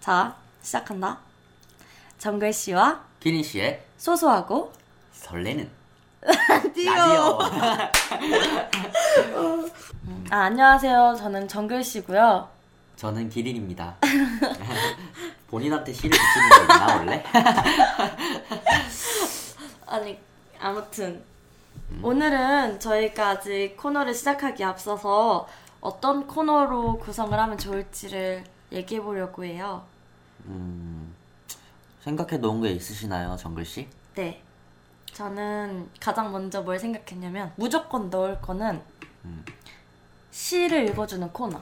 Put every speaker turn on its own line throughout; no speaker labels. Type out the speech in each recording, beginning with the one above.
자, 시작한다. 정글 씨와
기린 씨의
소소하고
설레는
라디오.
라디오.
아, 안녕하세요. 저는 정글 씨고요.
저는 기린입니다. 본인한테 시를 붙이는 거 있나 원래?
아니, 아무튼
음.
오늘은 저희가 아직 코너를 시작하기 앞서서 어떤 코너로 구성을 하면 좋을지를 얘기해 보려고 해요.
음, 생각해 놓은 게 있으시나요, 정글 씨?
네. 저는 가장 먼저 뭘 생각했냐면 무조건 넣을 거는
음.
시를 읽어주는 코너.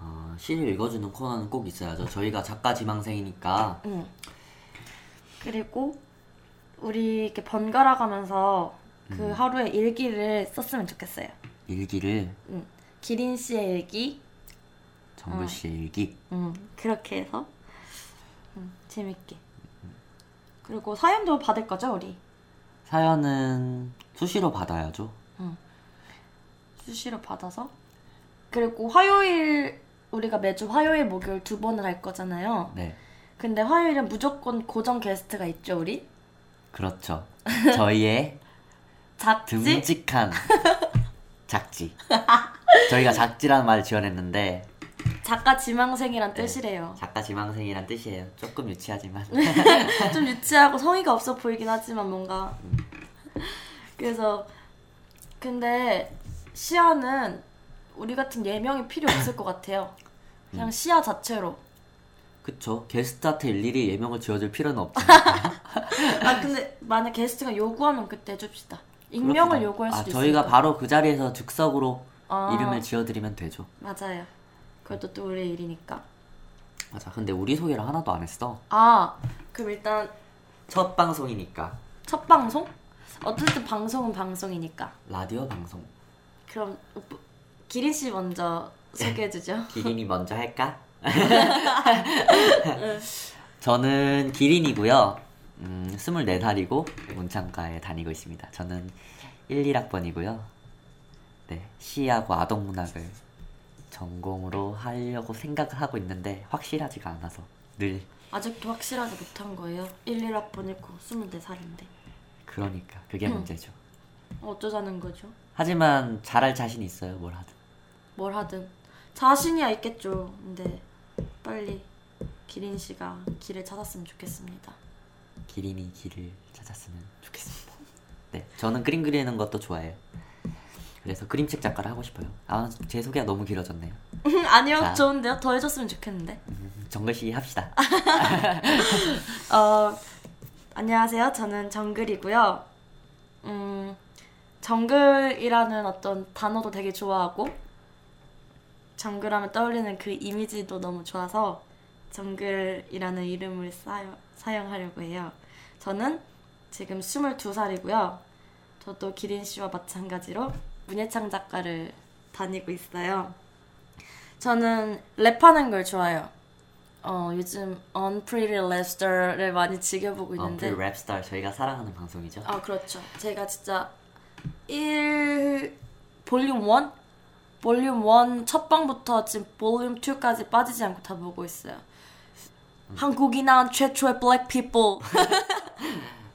어, 시를 읽어주는 코너는 꼭 있어야죠. 저희가 작가 지망생이니까
응. 그리고 우리 이렇게 번갈아 가면서 그 하루의 일기를 썼으면 좋겠어요.
일기를
응. 기린 씨의 일기. 어.
정글 씨의 일기.
응. 그렇게 해서 응. 재밌게. 그리고 사연도 받을 거죠, 우리.
사연은 수시로 받아야죠.
수시로 받아서. 그리고 화요일 우리가 매주 화요일, 목요일 두 번을 할 거잖아요.
네,
근데 화요일은 무조건 고정 게스트가 있죠, 우리.
그렇죠. 저희의
작지?
듬직한 작지. 저희가 작지라는 말을 지원했는데
작가 지망생이란 뜻이래요.
작가 지망생이란 뜻이에요. 조금 유치하지만.
네. 좀 유치하고 성의가 없어 보이긴 하지만 뭔가 그래서 근데 시야는 우리 같은 예명이 필요 없을 것 같아요. 그냥 시야 자체로.
그쵸. 게스트한테 일일이 예명을 지어줄 필요는 없지.
아 근데 만약 게스트가 요구하면 그때 해줍시다. 익명을
그렇구나.
요구할 수도
아,
있어요.
저희가 바로 그 자리에서 즉석으로
아.
이름을 지어드리면 되죠.
맞아요. 그것도 또 우리의 일이니까.
맞아. 근데 우리 소개를 하나도 안 했어.
아 그럼 일단
첫 방송이니까
첫 방송? 어쨌든 방송은 방송이니까.
라디오 방송.
그럼 오빠- 기린 씨 먼저 소개해 주죠.
기린이 먼저 할까? 저는 기린이고요. 음, 24살이고 문창과에 다니고 있습니다. 저는 1, 1학번이고요. 네, 시하고 아동문학을 전공으로 하려고 생각을 하고 있는데 확실하지가 않아서 늘
아직도 확실하게 못한 거예요. 11학번 읽고 24살인데
그러니까 그게 문제죠.
어쩌자는 거죠?
하지만 잘할 자신 있어요 뭘 하든
뭘 하든 자신이야 있겠죠. 근데 빨리 기린 씨가 길을 찾았으면 좋겠습니다.
기린이 길을 찾았으면 좋겠습니다 네 저는 그림 그리는 것도 좋아해요 그래서 그림책 작가를 하고 싶어요 아 제 소개가 너무 길어졌네요
아니요,
자.
좋은데요. 더 해줬으면 좋겠는데.
음, 정글씨 합시다
어, 안녕하세요. 저는 정글이고요. 음, 정글이라는 어떤 단어도 되게 좋아하고 정글하면 떠올리는 그 이미지도 너무 좋아서 정글이라는 이름을 사요, 사용하려고 해요. 저는 지금 22살이고요. 저도 기린 씨와 마찬가지로 문예창 작가를 다니고 있어요. 저는 랩하는 걸 좋아해요. 어, 요즘 Unpretty Lepster를 많이 즐겨보고 있는데
언플 랩스타 저희가 사랑하는 방송이죠
네. 아 그렇죠. 제가 진짜 1 볼륨 1 볼륨 1첫 방부터 지금 볼륨 2까지 빠지지 않고 다 보고 있어요. 한국이 낳은 최초의 블랙 피플.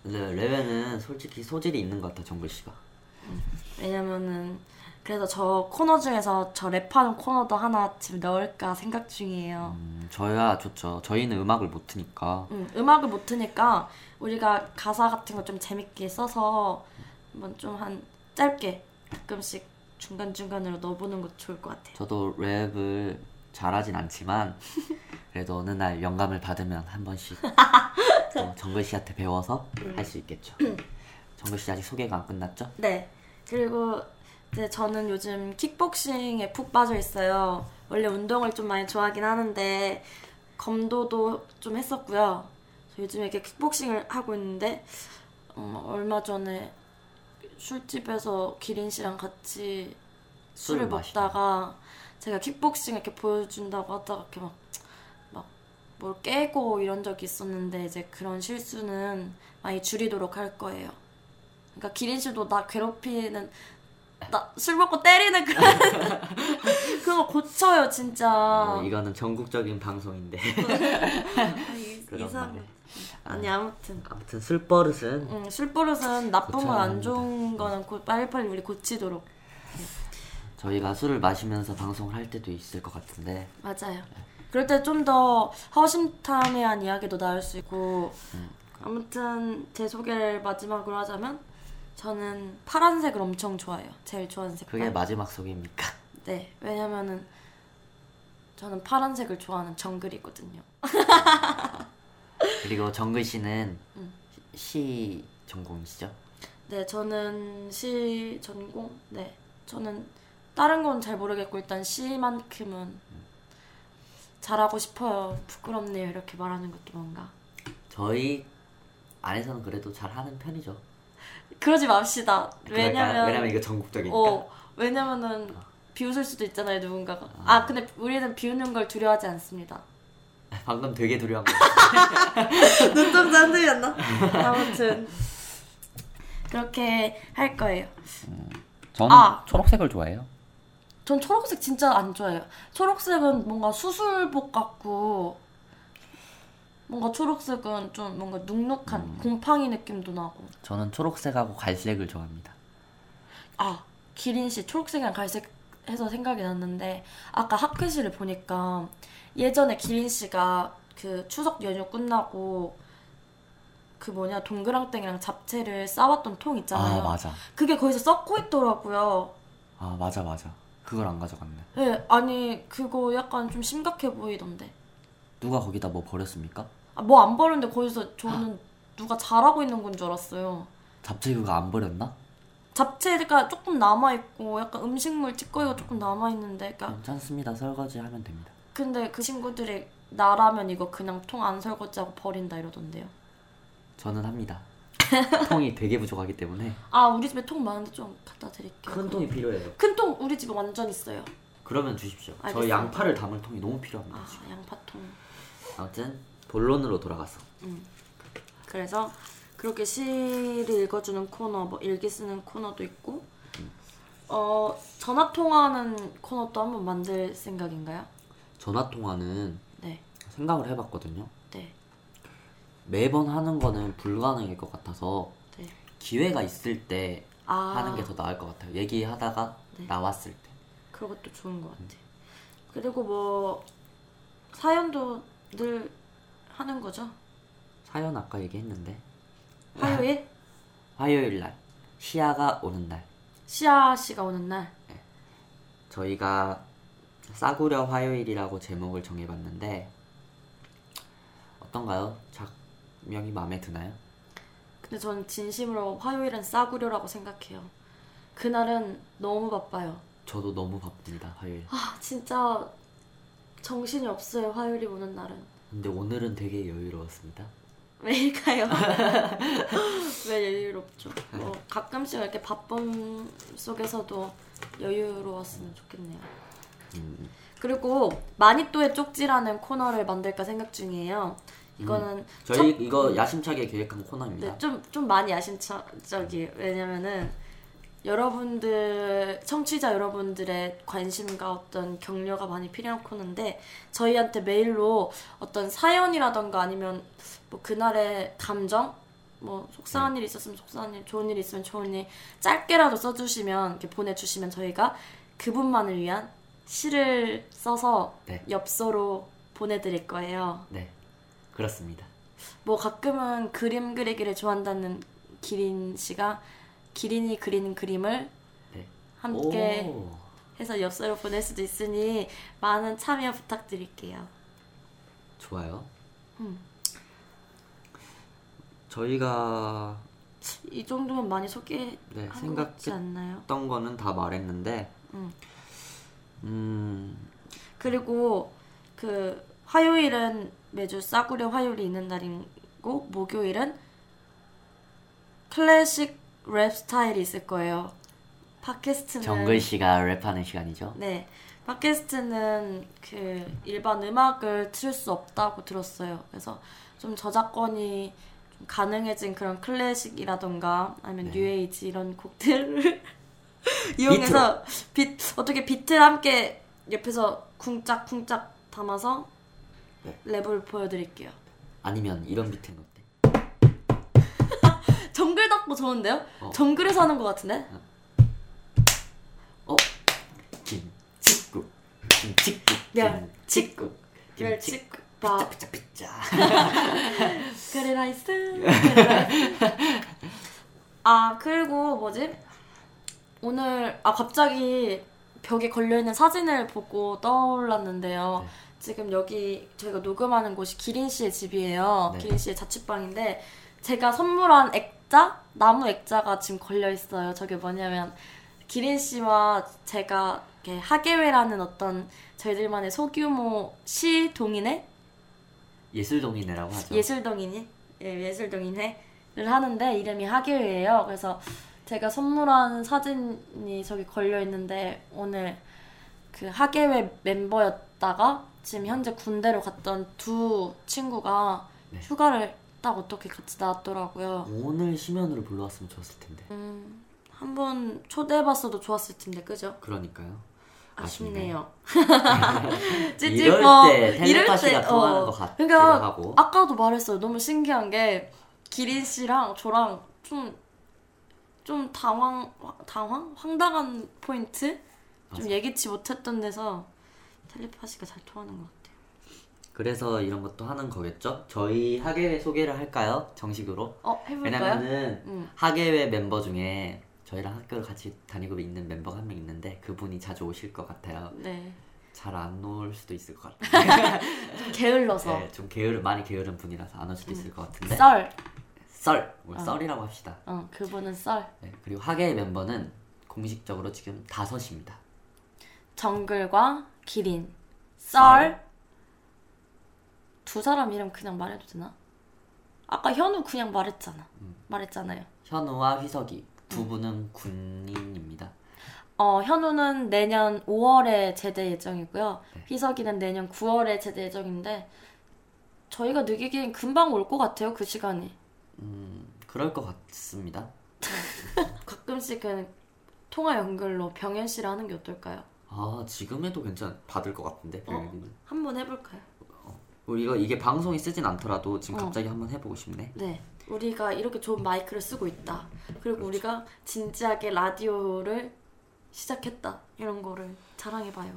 근데 레벨은 솔직히 소질이 있는 것 같아 정글씨가
왜냐면은 그래서 저 코너 중에서 저 랩하는 코너도 하나 지금 넣을까 생각 중이에요.
음, 저야 좋죠 저희는 음악을 못 트니까
음, 음악을 못 트니까 우리가 가사 같은 거 좀 재밌게 써서 한번 좀 한 짧게 가끔씩 중간중간으로 넣어보는 것도 좋을 것 같아요.
저도 랩을 잘하진 않지만 그래도 어느 날 영감을 받으면 한 번씩 또 정글 씨한테 배워서 할 수 있겠죠. 정글 씨 아직 소개가 안 끝났죠?
네. 그리고 이제 저는 요즘 킥복싱에 푹 빠져 있어요. 원래 운동을 좀 많이 좋아하긴 하는데 검도도 좀 했었고요. 저 요즘에 이렇게 킥복싱을 하고 있는데 어, 얼마 전에 술집에서 기린 씨랑 같이 술을
술을 마시다가.
먹다가 제가 킥복싱 이렇게 보여준다고 하다가 이렇게 막, 막 뭘 깨고 이런 적이 있었는데 이제 그런 실수는 많이 줄이도록 할 거예요. 그러니까 기린 씨도 나 괴롭히는 나 술 먹고 때리는 그런 그런 거 고쳐요 진짜.
어, 이거는 전국적인 방송인데
음. 아, 이-
그런 음.
이상-
말을.
아니 아무튼
아무튼 술 버릇은
음, 술버릇은 나쁜 건 안
고쳐야
좋은 거는 고, 빨리빨리 우리 고치도록
저희가 술을 마시면서 방송을 할 때도 있을 것 같은데
맞아요.
네.
그럴 때 좀 더 허심탄회한 이야기도 나올 수 있고
음.
아무튼 제 소개를 마지막으로 하자면 저는 파란색을 엄청 좋아해요. 제일 좋아하는 색깔.
그게 마지막 소개입니까?
네, 왜냐면은 저는 파란색을 좋아하는 정글이거든요.
그리고 정글 씨는
음.
시 전공이시죠?
네, 저는 시 전공. 네, 저는 다른 건 잘 모르겠고 일단 시만큼은 잘하고 싶어요. 부끄럽네요. 이렇게 말하는 것도 뭔가.
저희 안에서는 그래도 잘 하는 편이죠.
그러지 맙시다.
그러니까, 그럴까요?
왜냐면
왜냐면 이거 전국적이니까.
어, 왜냐면은 비웃을 수도 있잖아요, 누군가가. 아, 근데 우리는 비웃는 걸 두려워하지 않습니다.
방금 되게 두려운 거.
눈동자 흔들렸나? 아무튼 그렇게 할 거예요.
저는
아.
초록색을 좋아해요.
전 초록색 진짜 안 좋아해요. 초록색은 뭔가 수술복 같고 뭔가 초록색은 좀 뭔가 눅눅한 곰팡이 느낌도 나고.
저는 초록색하고 갈색을 좋아합니다.
아 기린 씨 초록색이랑 갈색 해서 생각이 났는데 아까 학회실을 보니까 예전에 기린 씨가 그 추석 연휴 끝나고 그 뭐냐 동그랑땡이랑 잡채를 싸왔던 통 있잖아요.
아 맞아.
그게 거기서 썩고 있더라고요.
아 맞아 맞아. 그걸 안 가져갔네.
예, 아니 그거 약간 좀 심각해 보이던데.
누가 거기다 뭐 버렸습니까?
아, 뭐 안 버렸는데 거기서 저는 누가 잘하고 있는 건 줄 알았어요.
잡채 그거 안 버렸나?
잡채가 조금 남아 있고 약간 음식물 찌꺼기가 조금 남아 있는데, 그러니까
괜찮습니다. 설거지 하면 됩니다.
근데 그 친구들이 나라면 이거 그냥 통 안 설거지하고 버린다 이러던데요.
저는 합니다. 통이 되게 부족하기 때문에
아 우리 집에 통 많은데 좀 갖다 드릴게요.
큰 통이 필요해요.
큰 통 우리 집에 완전 있어요.
그러면 주십시오. 저
알겠습니다.
양파를 담을 통이 너무 필요합니다.
아 양파통.
아무튼 본론으로 돌아가서
그래서 그렇게 시를 읽어주는 코너, 뭐 일기 쓰는 코너도 있고, 어 전화 통화하는 코너도 한번 만들 생각인가요?
전화 통화는
네,
생각을 해봤거든요.
네,
매번 하는 거는 불가능일 것 같아서
네.
기회가 있을 때
아
하는 게 더 나을 것 같아요. 얘기하다가
네.
나왔을 때.
그것도 좋은 것 같아요. 그리고 뭐 사연도 늘 하는 거죠.
사연 아까 얘기했는데
화요일
화요일 날 시아가 오는 날
시아 씨가 오는 날.
저희가 싸구려 화요일이라고 제목을 정해봤는데 어떤가요? 작명이 마음에 드나요?
근데 저는 진심으로 화요일은 싸구려라고 생각해요. 그날은 너무 바빠요.
저도 너무 바쁩니다 화요일.
아, 진짜 정신이 없어요. 화요일이 오는 날은.
근데 오늘은 되게 여유로웠습니다.
왜일까요? 왜 여유롭죠? 뭐 가끔씩 이렇게 바쁨 속에서도 여유로웠으면 좋겠네요.
음,
그리고 마니또의 쪽지라는 코너를 만들까 생각 중이에요. 이거는
저희 이거 야심차게 계획한 코너입니다.
네, 좀, 좀 많이 야심차적이에요. 왜냐면은 여러분들, 청취자 여러분들의 관심과 어떤 격려가 많이 필요한 코너인데 저희한테 메일로 어떤 사연이라던가 아니면 뭐 그날의 감정? 뭐 속상한
네.
일이 있었으면 속상한 일, 좋은 일이 있으면 좋은 일 짧게라도 써주시면 이렇게 보내주시면 저희가 그분만을 위한 시를 써서
네.
엽서로 보내드릴 거예요.
네, 그렇습니다.
뭐 가끔은 그림 그리기를 좋아한다는 기린 씨가 기린이 그리는 그림을
네.
함께
오,
해서 엽서로 보낼 수도 있으니 많은 참여 부탁드릴게요.
좋아요.
음.
저희가
이 정도면 많이 소개한
네,
것 같지
생각했던
않나요?
거는 다 말했는데
음.
음,
그리고 그 화요일은 매주 싸구려 화요일이 있는 날이고 목요일은 클래식 랩 스타일이 있을 거예요. 팟캐스트는
정글 씨가 랩하는 시간이죠.
네. 팟캐스트는 그 일반 음악을 틀 수 없다고 들었어요. 그래서 좀 저작권이 좀 가능해진 그런 클래식이라던가 아니면
네.
뉴에이지 이런 곡들을 이용해서 빛 어떻게 비트를 함께 옆에서 쿵짝쿵짝 담아서
네.
랩을 보여드릴게요.
아니면 이런 비트는 어때?
정글 덕보 좋은데요?
어.
정글에서 하는 것 같은데?
어? 김치국 김치국
멸치국.
김치국
밥
피자 피자
그래 라이스 그래 라이스 아 그리고 뭐지 오늘 아 갑자기 벽에 걸려있는 사진을 보고 떠올랐는데요
네.
지금 여기 저희가 녹음하는 곳이 기린 씨의 집이에요
네.
기린 씨의 자취방인데 제가 선물한 액자 나무 액자가 지금 걸려있어요 저게 뭐냐면 기린 씨와 제가 이렇게 하계회라는 어떤 저희들만의 소규모 시 동인회
예술동인회라고 하죠
예술동인이 예, 예술동인회를 하는데 이름이 하교예요. 그래서 제가 선물한 사진이 저기 걸려 있는데 오늘 그 하계회 멤버였다가 지금 현재 군대로 갔던 두 친구가
네.
휴가를 딱 어떻게 같이 나왔더라고요.
오늘 심연으로 불러왔으면 좋았을 텐데
음, 한번 초대해봤어도 좋았을 텐데 그죠?
그러니까요
아쉽네요.
이럴
찝찝어.
때 텔레파시가
때,
통하는
어.
것 같기도
그러니까
하고
아까도 말했어요. 너무 신기한 게 기린 씨랑 저랑 좀 좀 당황 당황 황당한 포인트 좀
맞아.
예기치 못했던 데서 텔레파시가 잘 통하는 것 같아요.
그래서 이런 것도 하는 거겠죠? 저희 학예회 소개를 할까요? 정식으로
어 해볼까요?
왜냐면은
음.
학예회 멤버 중에 저희랑 학교를 같이 다니고 있는 멤버가 한 명 있는데 그분이 자주 오실 것 같아요
네.
잘 안 올 수도 있을 것 같아요
좀 게을러서 음.
네, 좀 게으른 많이 게으른 분이라서 안 올 수도 있을 것 같은데
썰.
썰 오늘
어.
썰이라고 합시다.
어 그분은 썰.
네, 그리고 학예의 멤버는 공식적으로 지금 다섯입니다.
정글과 기린 썰.
썰.
두 사람 이름 그냥 말해도 되나? 아까 현우 그냥 말했잖아.
음.
말했잖아요.
현우와 휘석이 두
음.
분은 군인입니다.
어, 현우는 내년 5월에 제대 예정이고요.
네.
희석이는 내년 9월에 제대 예정인데 저희가 느끼기엔 금방 올 것 같아요, 그 시간이.
음 그럴 것 같습니다.
가끔씩은 통화 연결로 병현 씨를 하는 게 어떨까요?
아 지금 해도 괜찮 받을 것
어?
같은데 병영님은.
한번 해볼까요?
우리 이거 이게 방송이 쓰진 않더라도 지금
어.
갑자기 한번 해보고 싶네.
네. 우리가 이렇게 좋은 마이크를 쓰고 있다. 그리고 우리가 진지하게 라디오를 시작했다. 이런 거를 자랑해봐요.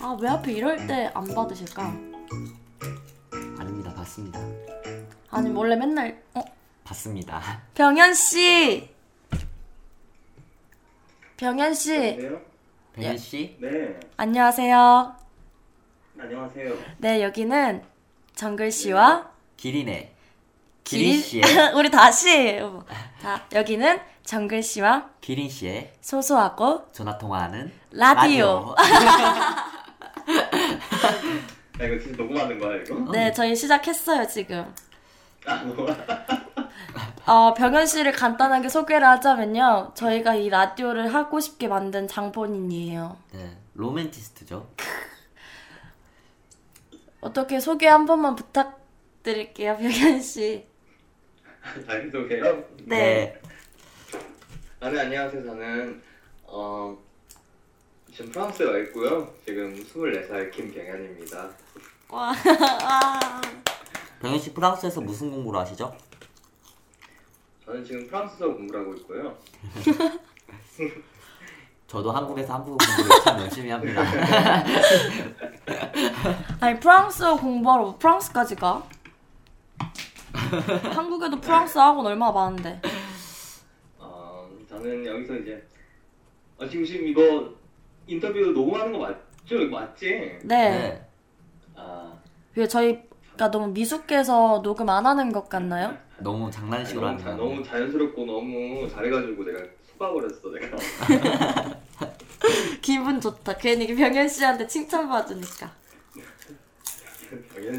아, 왜 하필 이럴 때 안 받으실까?
아닙니다, 봤습니다,
아니, 원래 맨날, 어?
봤습니다.
병현씨! 병현씨,
네요?
예.
병현 씨,
네.
안녕하세요.
안녕하세요.
네, 여기는 정글씨와
기린의 기린 씨의
우리 다시 자 여기는 정글 씨와
기린 씨의
소소하고
전화 통화하는
라디오.
아 이거 진짜 녹음하는 거야 이거?
네 저희 시작했어요 지금
아, 뭐야.
어, 병현 씨를 간단하게 소개를 하자면요 저희가 이 라디오를 하고 싶게 만든 장본인이에요
네, 로맨티스트죠.
어떻게 소개 한 번만 부탁드릴게요 병현 씨
잘 소개요?
네.
아, 네, 안녕하세요. 저는 어 지금 프랑스에 와 있고요. 지금 24살 김경현입니다.
와,
병현 씨 프랑스에서 무슨 공부를 하시죠?
저는 지금 프랑스어 공부를 하고 있고요.
저도 한국에서 한국어 공부를 참 열심히 합니다.
아니 프랑스어 공부하러 뭐 프랑스까지 가? 한국에도 프랑스 학원 얼마나 많은데
어 저는 여기서 이제 어 지금 지금 이거 인터뷰 녹음하는 거 맞죠? 이거 맞지?
네.
네.
아
왜 저희가 너무 미숙해서 녹음 안 하는 것 같나요?
너무 장난식으로
너무,
하는
자,
거.
너무 자연스럽고 너무 잘해가지고 내가 속아버렸어 내가.
기분 좋다. 괜히 병현 씨한테 칭찬받으니까.
당연히.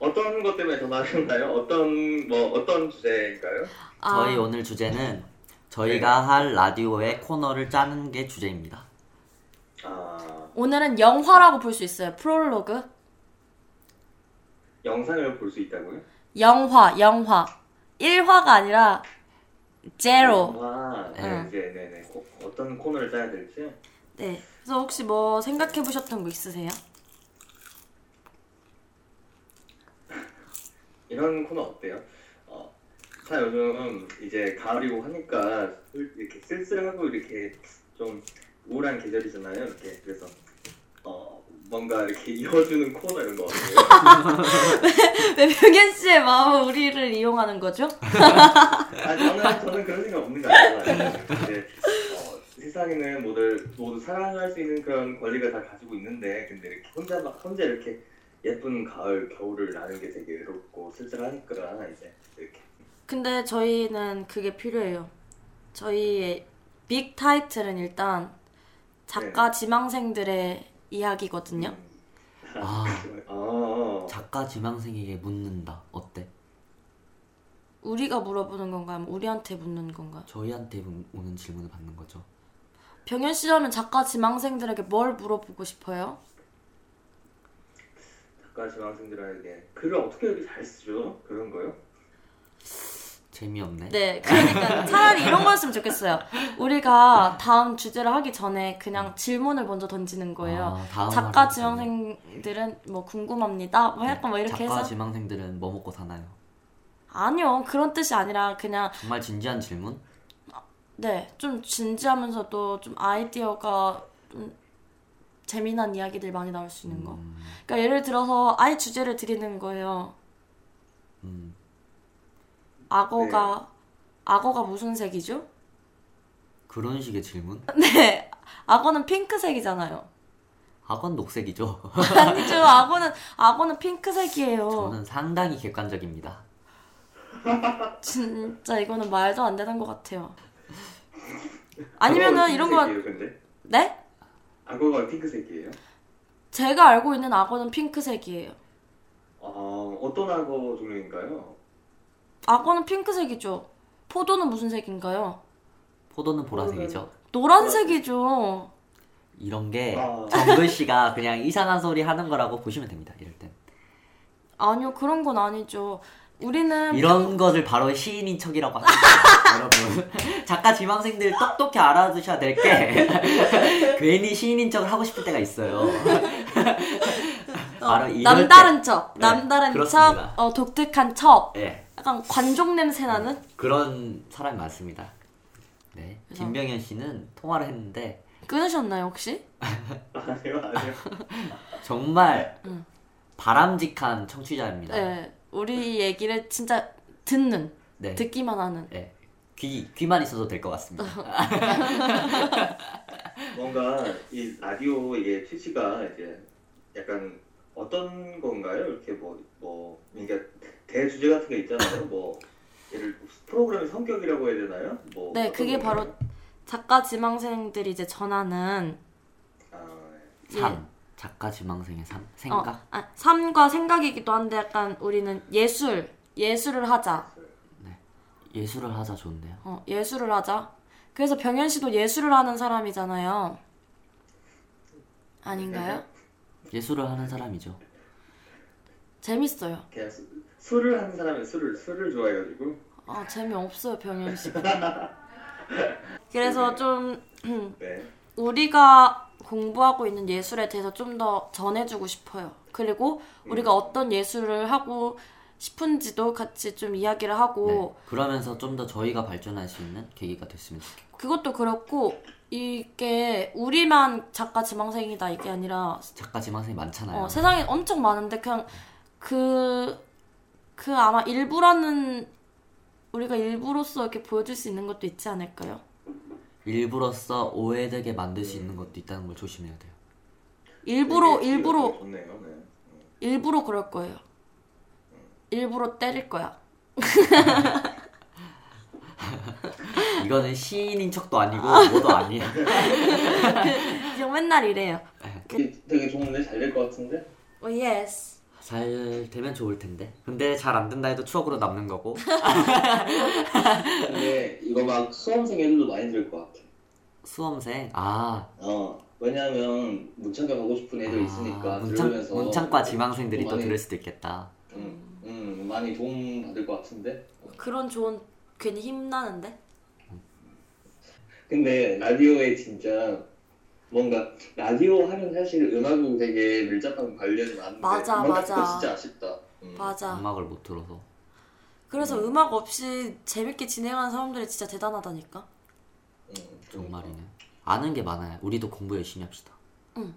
어떤 것 때문에 전화하셨나요? 어떤 뭐 어떤 주제인가요?
아,
저희 오늘 주제는
네.
저희가 할 라디오의 코너를 짜는 게 주제입니다.
아
오늘은 영화라고 볼 수 있어요. 프롤로그.
영상을 볼 수 있다고요?
영화, 영화. 1화가 아니라 제로.
아,
응.
네, 이제 네네. 고- 어떤 코너를 짜야 될지.
네. 그래서 혹시 뭐 생각해 보셨던 거 있으세요?
이런 코너 어때요? 어, 자 요즘 이제 가을이고 하니까 슬- 이렇게 쓸쓸하고 이렇게 좀 우울한 계절이잖아요. 이렇게 그래서 어 뭔가 이렇게 이어주는 코너 이런 거 어때요?
왜 병현 씨의 마음을 우리를 이용하는 거죠?
아 저는 저는 그런 생각 없는 거 아니에요. 근데 어, 세상에는 모두 모두 사랑할 수 있는 그런 권리가 다 가지고 있는데 근데 이렇게 혼자 막 혼자 이렇게 예쁜 가을 겨울을 나는 게 되게 외롭고 쓸쓸하니까 이제 이렇게
근데 저희는 그게 필요해요. 저희의 빅 타이틀은 일단 작가
네.
지망생들의 이야기거든요.
아,
아
작가 지망생에게 묻는다. 어때?
우리가 물어보는 건가요? 아니면 우리한테 묻는 건가요?
저희한테 문- 오는 질문을 받는 거죠.
병현 씨라면 작가 지망생들에게 뭘 물어보고 싶어요?
작가 지망생들에게 글을 어떻게 이렇게 잘 쓰죠? 그런 거요?
재미없네.
네, 그러니까 차라리 이런 거였으면 좋겠어요. 우리가 다음 주제를 하기 전에 그냥 질문을 먼저 던지는 거예요.
아, 다음
작가
활동 때문에.
지망생들은 뭐 궁금합니다. 뭐 약간 뭐 이렇게
작가
해서
지망생들은 뭐 먹고 사나요?
아니요 그런 뜻이 아니라 그냥
정말 진지한 질문?
네 좀 진지하면서도 좀 아이디어가 좀 재미난 이야기들 많이 나올 수 있는 거.
음,
그러니까 예를 들어서 아예 주제를 드리는 거예요.
음,
악어가
네.
악어가 무슨 색이죠?
그런 식의 질문?
네, 악어는 핑크색이잖아요.
학원 녹색이죠.
아니죠. 악어는 악어는 핑크색이에요.
저는 상당히 객관적입니다.
진짜 이거는 말도 안 되는 것 같아요. 아니면은
악어가
이런 거
핑크색이에요, 근데
네?
악어가 핑크색이에요?
제가 알고 있는 악어는 핑크색이에요.
아 어떤 악어 종류인가요?
악어는 핑크색이죠. 포도는 무슨 색인가요?
포도는 보라색이죠.
노란색이죠.
이런 게
아.
정글 씨가 그냥 이상한 소리 하는 거라고 보시면 됩니다. 이럴 땐
아니요, 그런 건 아니죠. 우리는
이런 것을 바로 시인인 척이라고 합니다. 여러분 작가 지망생들 똑똑히 알아두셔야 될 게 괜히 시인인 척을 하고 싶을 때가 있어요.
어,
바로 이럴
남다른 척,
네,
남다른
그렇습니다.
척, 어, 독특한 척,
때 예,
약간 관종 냄새 나는
그런 사람이 많습니다. 네,
그래서-
김병현 씨는 통화를 했는데
끊으셨나요 혹시?
아니요 아니요
정말
음.
바람직한 청취자입니다.
네, 우리 얘기를 진짜 듣는,
네.
듣기만 하는.
예. 귀 귀만 있어도 될 것 같습니다.
뭔가 이 라디오의 취지가 이제 약간 어떤 건가요? 이렇게 뭐뭐 그러니까 대주제 같은 게 있잖아요. 뭐 예를 들어 프로그램의 성격이라고 해야 되나요? 뭐
네,
어떤
그게 바로
건가요?
작가 지망생들이 이제 전하는 어,
아, 네.
삶 작가 지망생의 삶 생각
예. 어, 아, 삶과 생각이기도 한데 약간 우리는 예술 예술을 하자
예술을 하자 좋은데요.
어, 예술을 하자 그래서 병현 씨도 예술을 하는 사람이잖아요 아닌가요?
예술을 하는 사람이죠.
재밌어요
그냥 수- 술을 하는 사람은 술을 술을 좋아해가지고
아 재미없어요 병현 씨 그래서 좀 음,
네.
우리가 공부하고 있는 예술에 대해서 좀 더 전해주고 싶어요 그리고 우리가 어떤 예술을 하고 싶은지도 같이 좀 이야기를 하고
네. 그러면서 좀 더 저희가 발전할 수 있는 계기가 됐으면 좋겠어요.
그것도 그렇고 이게 우리만 작가 지망생이다 이게 아니라
작가 지망생이 많잖아요.
어, 세상에 엄청 많은데 그냥 그, 그 아마 일부라는 우리가 일부로서 이렇게 보여줄 수 있는 것도 있지 않을까요?
일부러서 오해되게 만들
네.
수 있는 것도 있다는 걸 조심해야 돼요.
일부러
되게 취지가
일부러
네, 좋네요. 네. 음.
일부러 그럴 거예요. 일부러 때릴 거야.
이거는 시인인 척도 아니고 뭐도 아니에요.
그냥 맨날 이래요. 어,
되게, 되게 좋은데 잘 될 것 같은데?
오 예스.
잘 되면 좋을 텐데. 근데 잘 안 된다 해도 추억으로 남는 거고.
근데 이거 막 수험생 애들도 많이 들을 것 같아.
수험생. 아,
어 왜냐하면 문창과 가고 싶은 애들 있으니까
아,
들으면서
문창과 지망생들이 또
많이-
들을 수도 있겠다.
음, 음 많이 도움 받을 것 같은데.
그런 조언 괜히 힘나는데?
근데 라디오에 진짜 뭔가 라디오 하면 사실 음악은 되게 밀접한 관련이 많은데
맞아,
음악
맞아.
듣고 진짜 아쉽다. 음.
맞아.
음악을 못 들어서.
그래서 음악 없이 재밌게 진행하는 사람들이 진짜 대단하다니까.
음,
정말이네. 아는 게 많아요. 우리도 공부 열심히 합시다.
응.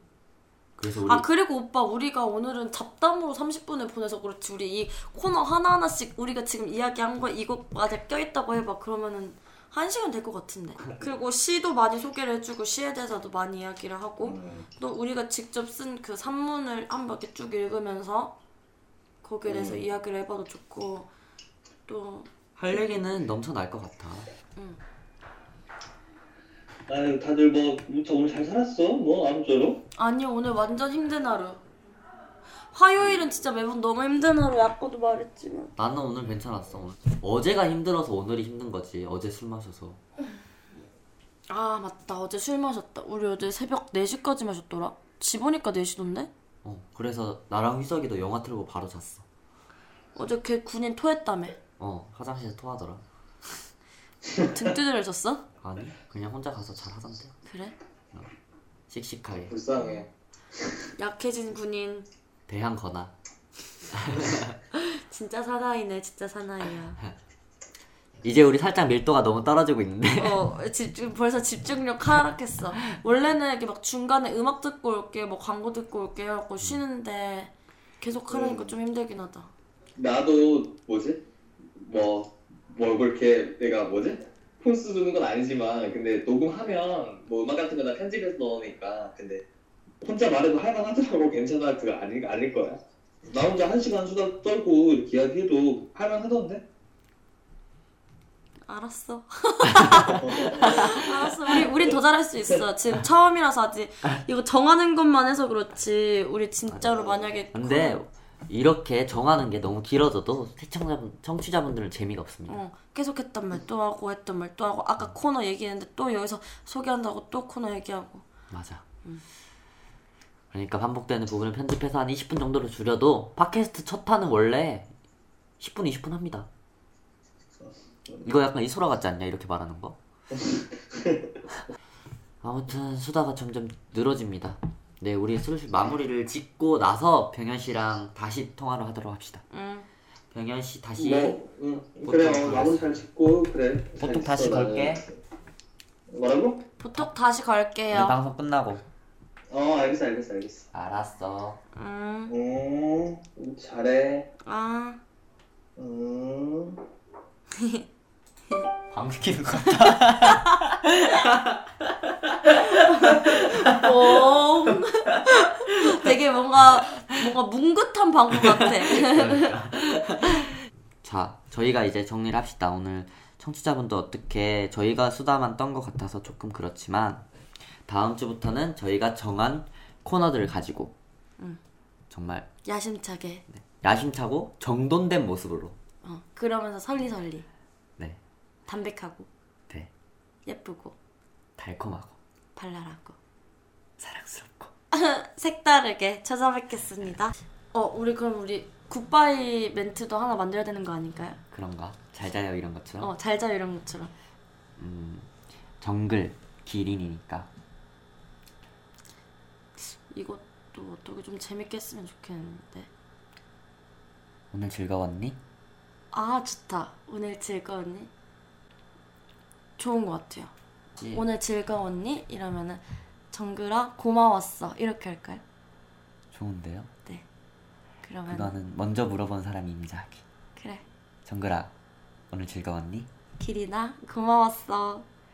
그래서 우리
아 그리고 오빠 우리가 오늘은 잡담으로 30분을 보내서 그렇지 우리 이 코너 하나하나씩 우리가 지금 이야기한 거 이것까지 껴있다고 해봐 그러면은 한 시간 될 것 같은데 그리고 시도 많이 소개를 해주고 시에 대해서도 많이 이야기를 하고
음,
또 우리가 직접 쓴 그 산문을 한번 이렇게 쭉 읽으면서 거기에 대해서
음.
이야기를 해봐도 좋고 또
할 얘기는 넘쳐날 것 같아.
아유 다들 뭐 무척 오늘 잘 살았어? 뭐 아무쪼록?
아니 오늘 완전 힘든 하루 화요일은 진짜 매번 너무 힘든 하루야 아까도 말했지만
나는 오늘 괜찮았어. 오늘. 어제가 힘들어서 오늘이 힘든 거지. 어제 술 마셔서.
아 맞다 어제 술 마셨다 우리 어제 새벽 4시까지 마셨더라 집 오니까 4시던데?
어, 그래서 나랑 희석이도 영화 틀고 바로 잤어.
어제 걔 군인 토했다며
어, 화장실에서 토하더라.
등 두드려졌어?
아니, 그냥 혼자 가서 잘 하던데.
그래?
씩씩하게.
불쌍해.
약해진 군인
대한 거나.
진짜 사나이네 진짜 사나이야
이제 우리 살짝 밀도가 너무 떨어지고 있는데.
어 집중 벌써 집중력 하락했어 원래는 이렇게 막 중간에 음악 듣고 올게 뭐 광고 듣고 올게 하고 쉬는데 계속 하라니까
음.
좀 힘들긴 하다
나도 뭐지? 뭐, 뭐 그렇게 내가 뭐지? 폰수 두는 건 아니지만 근데 녹음하면 뭐 음악 같은 거나 편집해서 넣으니까 근데 혼자 말해도 할만하더라고 괜찮아 그거 아니, 아닐 거야 나 혼자 한 시간 수다 떨고 이렇게 이야기해도 할만하던데?
알았어 알았어. 우리 우린 더 잘할 수 있어. 지금 처음이라서 아직 이거 정하는 것만 해서 그렇지. 우리 진짜로 만약에 그
근데 이렇게 정하는 게 너무 길어져도 시청자 청취자분들은 재미가 없습니다.
어, 계속 했던 말 또 하고 했던 말 또 하고 아까 코너 얘기했는데 또 여기서 소개한다고 또 코너 얘기하고
맞아. 그러니까 반복되는 부분을 편집해서 한 20분 정도로 줄여도 팟캐스트 첫 탄은 원래 10분 20분 합니다. 이거 약간 이소라 같지 않냐 이렇게 말하는 거? 아무튼 수다가 점점 늘어집니다. 네, 우리 슬슬 마무리를 짓고 나서 병현 씨랑 다시 통화를 하도록 합시다.
응.
병현 씨 다시
뭐, 응. 그래
보통
어, 마무리 잘 짓고 그래 잘
보통 다시
있어, 나는.
걸게.
뭐라고?
보톡 다시
우리
갈게요.
방송 네, 끝나고.
어 알겠어 알겠어 알겠어
알았어.
음.
음 잘해
아.
음
방귀 끼는 거.
뽕. 되게 뭔가 뭔가 뭉긋한 방구 같아.
자, 저희가 이제 정리를 합시다. 오늘 청취자분도 어떻게 저희가 수다만 떤 것 같아서 조금 그렇지만 다음 주부터는 저희가 정한 코너들을 가지고 정말
야심차게.
야심차고 정돈된 모습으로
어. 그러면서 설리설리.
네,
담백하고
네,
예쁘고
달콤하고
발랄하고.
사랑스럽고
색다르게 찾아뵙겠습니다. 어, 우리 그럼 우리 굿바이 멘트도 하나 만들어야 되는 거 아닐까요?
그런가? 잘 자요 이런 것처럼
어, 잘 자요 이런 것처럼.
정글 기린이니까
이것도 어떻게 좀 재밌게 했으면 좋겠는데.
오늘 즐거웠니?
아, 좋다. 오늘 즐거웠니? 좋은 것 같아요.
예.
오늘 즐거웠니? 이러면은 정글아 고마웠어 이렇게 할까요?
좋은데요?
네. 그러면
그거는 먼저 물어본 사람이 인자하기
그래.
정글아 오늘 즐거웠니?
길이나 고마웠어.